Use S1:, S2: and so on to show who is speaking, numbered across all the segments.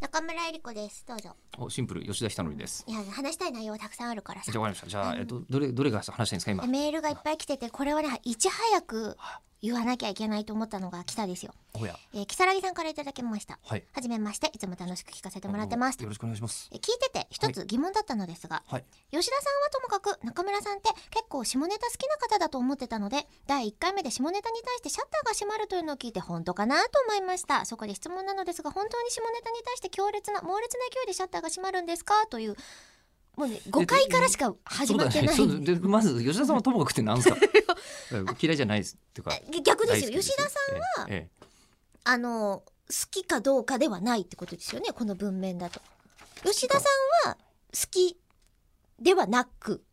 S1: 中村えり子です。どうぞ。
S2: おシンプル吉田ひたのりです。
S1: いや、話したい内容たくさんあるからさ
S2: じゃあ。わかりました。じゃあえっとどれどれが話したいんですか今。
S1: メールがいっぱい来てて、これはね、いち早く言わなきゃいけないと思ったのが来たですよ。
S2: おや
S1: えー、木更木さんからいただきました。
S2: はい。
S1: はじめまして、いつも楽しく聞かせてもらってます
S2: よ。ろしくお願いします。
S1: え聞いてて一つ疑問だったのですが、
S2: はい。
S1: 吉田さんはともかく中村さんって結構下ネタ好きな方だと思ってたので第1回目で下ネタに対してシャッターが閉まるというのを聞いて本当かなと思いましたそこで質問なのですが本当に下ネタに対して強烈な猛烈な勢いでシャッターが閉まるんですかというもうね5回からしか始まってない
S2: そうだねそうでまず吉田さんはともかくってなん ですか。嫌いじゃないですっていうか。
S1: ぎ逆です
S2: 大
S1: よ
S2: 好き
S1: 吉田さんは、
S2: ええええ
S1: あの好きかどうかではないってことですよねこの文面だと吉田さんは好きではなく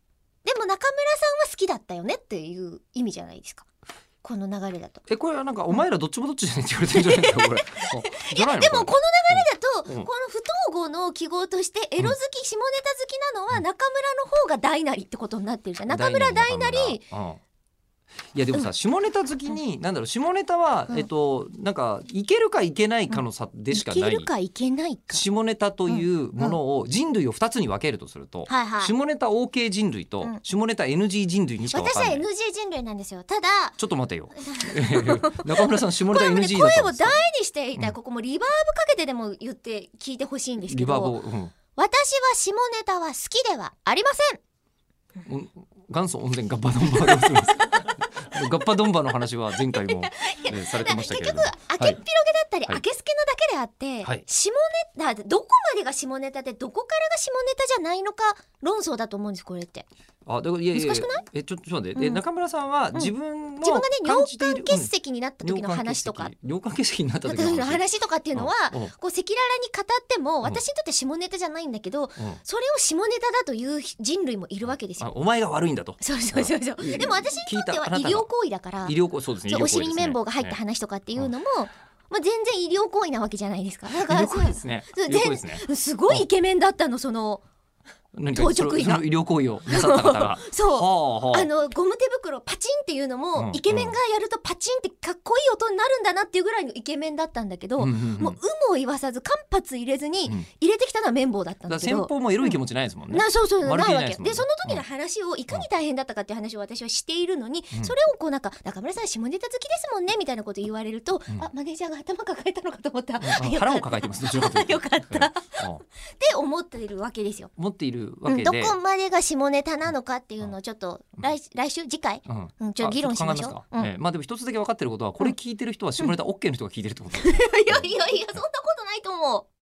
S1: でも中村さんは好きだったよねっていう意味じゃないですかこの流れだと
S2: えこれはなんかお前らどっちもどっちじゃないって言われてるんじゃないですか これ。あじゃないの
S1: でもこ
S2: こ
S1: の流
S2: れ
S1: れだと、こ
S2: うん
S1: の不統合の記号としてエロ好き、下ネタ好きなのは中村の方が大なりってことになってるじゃん中村大なり
S2: 中村うんいやでもさ、下ネタ好きに、なんだろう下ネタは、
S1: うん
S2: えっとなんかいけるかいけないかの差でしかない
S1: けるかいけないか
S2: 下ネタというものを人類を2つに分けるとすると、
S1: はいはい
S2: 下ネタ OK 人類と
S1: うん
S2: 下ネタ NG 人類にしか分
S1: 私
S2: か
S1: は
S2: んない、
S1: NG 人類なんですよただ
S2: ちょっと待 てよ中村さん下ネ
S1: こ
S2: タ
S1: れもね
S2: NG
S1: 声
S2: だったん
S1: を
S2: です
S1: 大
S2: か
S1: にして言いたい、
S2: うん
S1: ここもリバーブかけてでも言って聞いてほしいんですけ
S2: リバーブ
S1: ど
S2: を、うん
S1: 私は下ネタは好きではありません
S2: うん、元祖温泉ガッパドンバがするんですガッパドンバの話は前回も、えーされてました
S1: 結
S2: けれど
S1: 局
S2: も
S1: 開けっぴろげだったり、
S2: はい
S1: 開けすけなだけであって、
S2: はい
S1: 下ネタどこまでが下ネタでどこからが下ネタじゃないのか論争だと思うんですこれって
S2: あだからいやいや
S1: 難しく
S2: えちょちょっと待って、で
S1: うん
S2: 中村さんは自分の
S1: 自分がね
S2: 感
S1: 尿
S2: じてい
S1: 管
S2: る
S1: 結石になった
S2: うん
S1: 時の話とか
S2: 尿管結石になった時
S1: 時
S2: の
S1: の
S2: 話、
S1: 話とかっていうのは、
S2: うんうん
S1: こう赤裸々に語っても
S2: ん
S1: 私にとって下ネタじゃないんだけど、
S2: うん
S1: それを下ネタだという人類もいるわけです
S2: あ
S1: よ。
S2: お前が悪いんだと
S1: そうそうそうそう。
S2: うん
S1: でも私にとっては
S2: 聞いたあな
S1: 医
S2: たが
S1: 療行為だから。
S2: 医療行為そうですね
S1: そう
S2: 医療
S1: お
S2: 行為
S1: 尻に綿棒が入った
S2: ですね
S1: 話とかっていうのも、まあ、全然医療行為なわけじゃないですか。だから
S2: 医療行為ですね
S1: そう
S2: 医療行為ですね
S1: そうすごいイケメンだったのその
S2: 何
S1: 当直医が
S2: その医療行為をなさった方がはあ
S1: そう。
S2: はあ
S1: あのゴム手袋パチンっていうのも、
S2: うん
S1: イケメンがやるとパチンってかっこいい音になるんだなっていうぐらいのイケメンだったんだけど、
S2: うんうんうん
S1: もう有無を言わさず間髪入れずに
S2: うん
S1: 入れてきたのは綿棒だった
S2: だ
S1: んだ
S2: から
S1: け
S2: 先
S1: ど、
S2: 方もエロい気持ちないですもんね
S1: なそうそう
S2: ま
S1: な
S2: るで
S1: い
S2: い
S1: わ
S2: ないで
S1: け
S2: すもんね
S1: でその時の話をいかに大変だったかっていう話を私はしているのに、
S2: うん
S1: それをこうなんか中村さん下ネタ好きですもんねみたいなこと言われると、
S2: うん
S1: あマネージャーが頭抱えたのかと思った、
S2: うん
S1: よかっ
S2: 腹を
S1: た
S2: 抱えてますどちらかという と
S1: よかった
S2: うんうん
S1: って思っているわけですよ。
S2: 持っているわ
S1: うん、
S2: け
S1: ど
S2: で
S1: こまでが下ネタなのかっていうのをちょっと来,、来週次回、
S2: うん
S1: うん、ちょっと議論しましょう
S2: あ。ちっと考え
S1: う
S2: す
S1: ん
S2: かええ まあでも一つだけ分かってることはこれ聞いてる人は下ネタ OK の人が聞いてるってことです
S1: いやいやいやそんなことないと思う。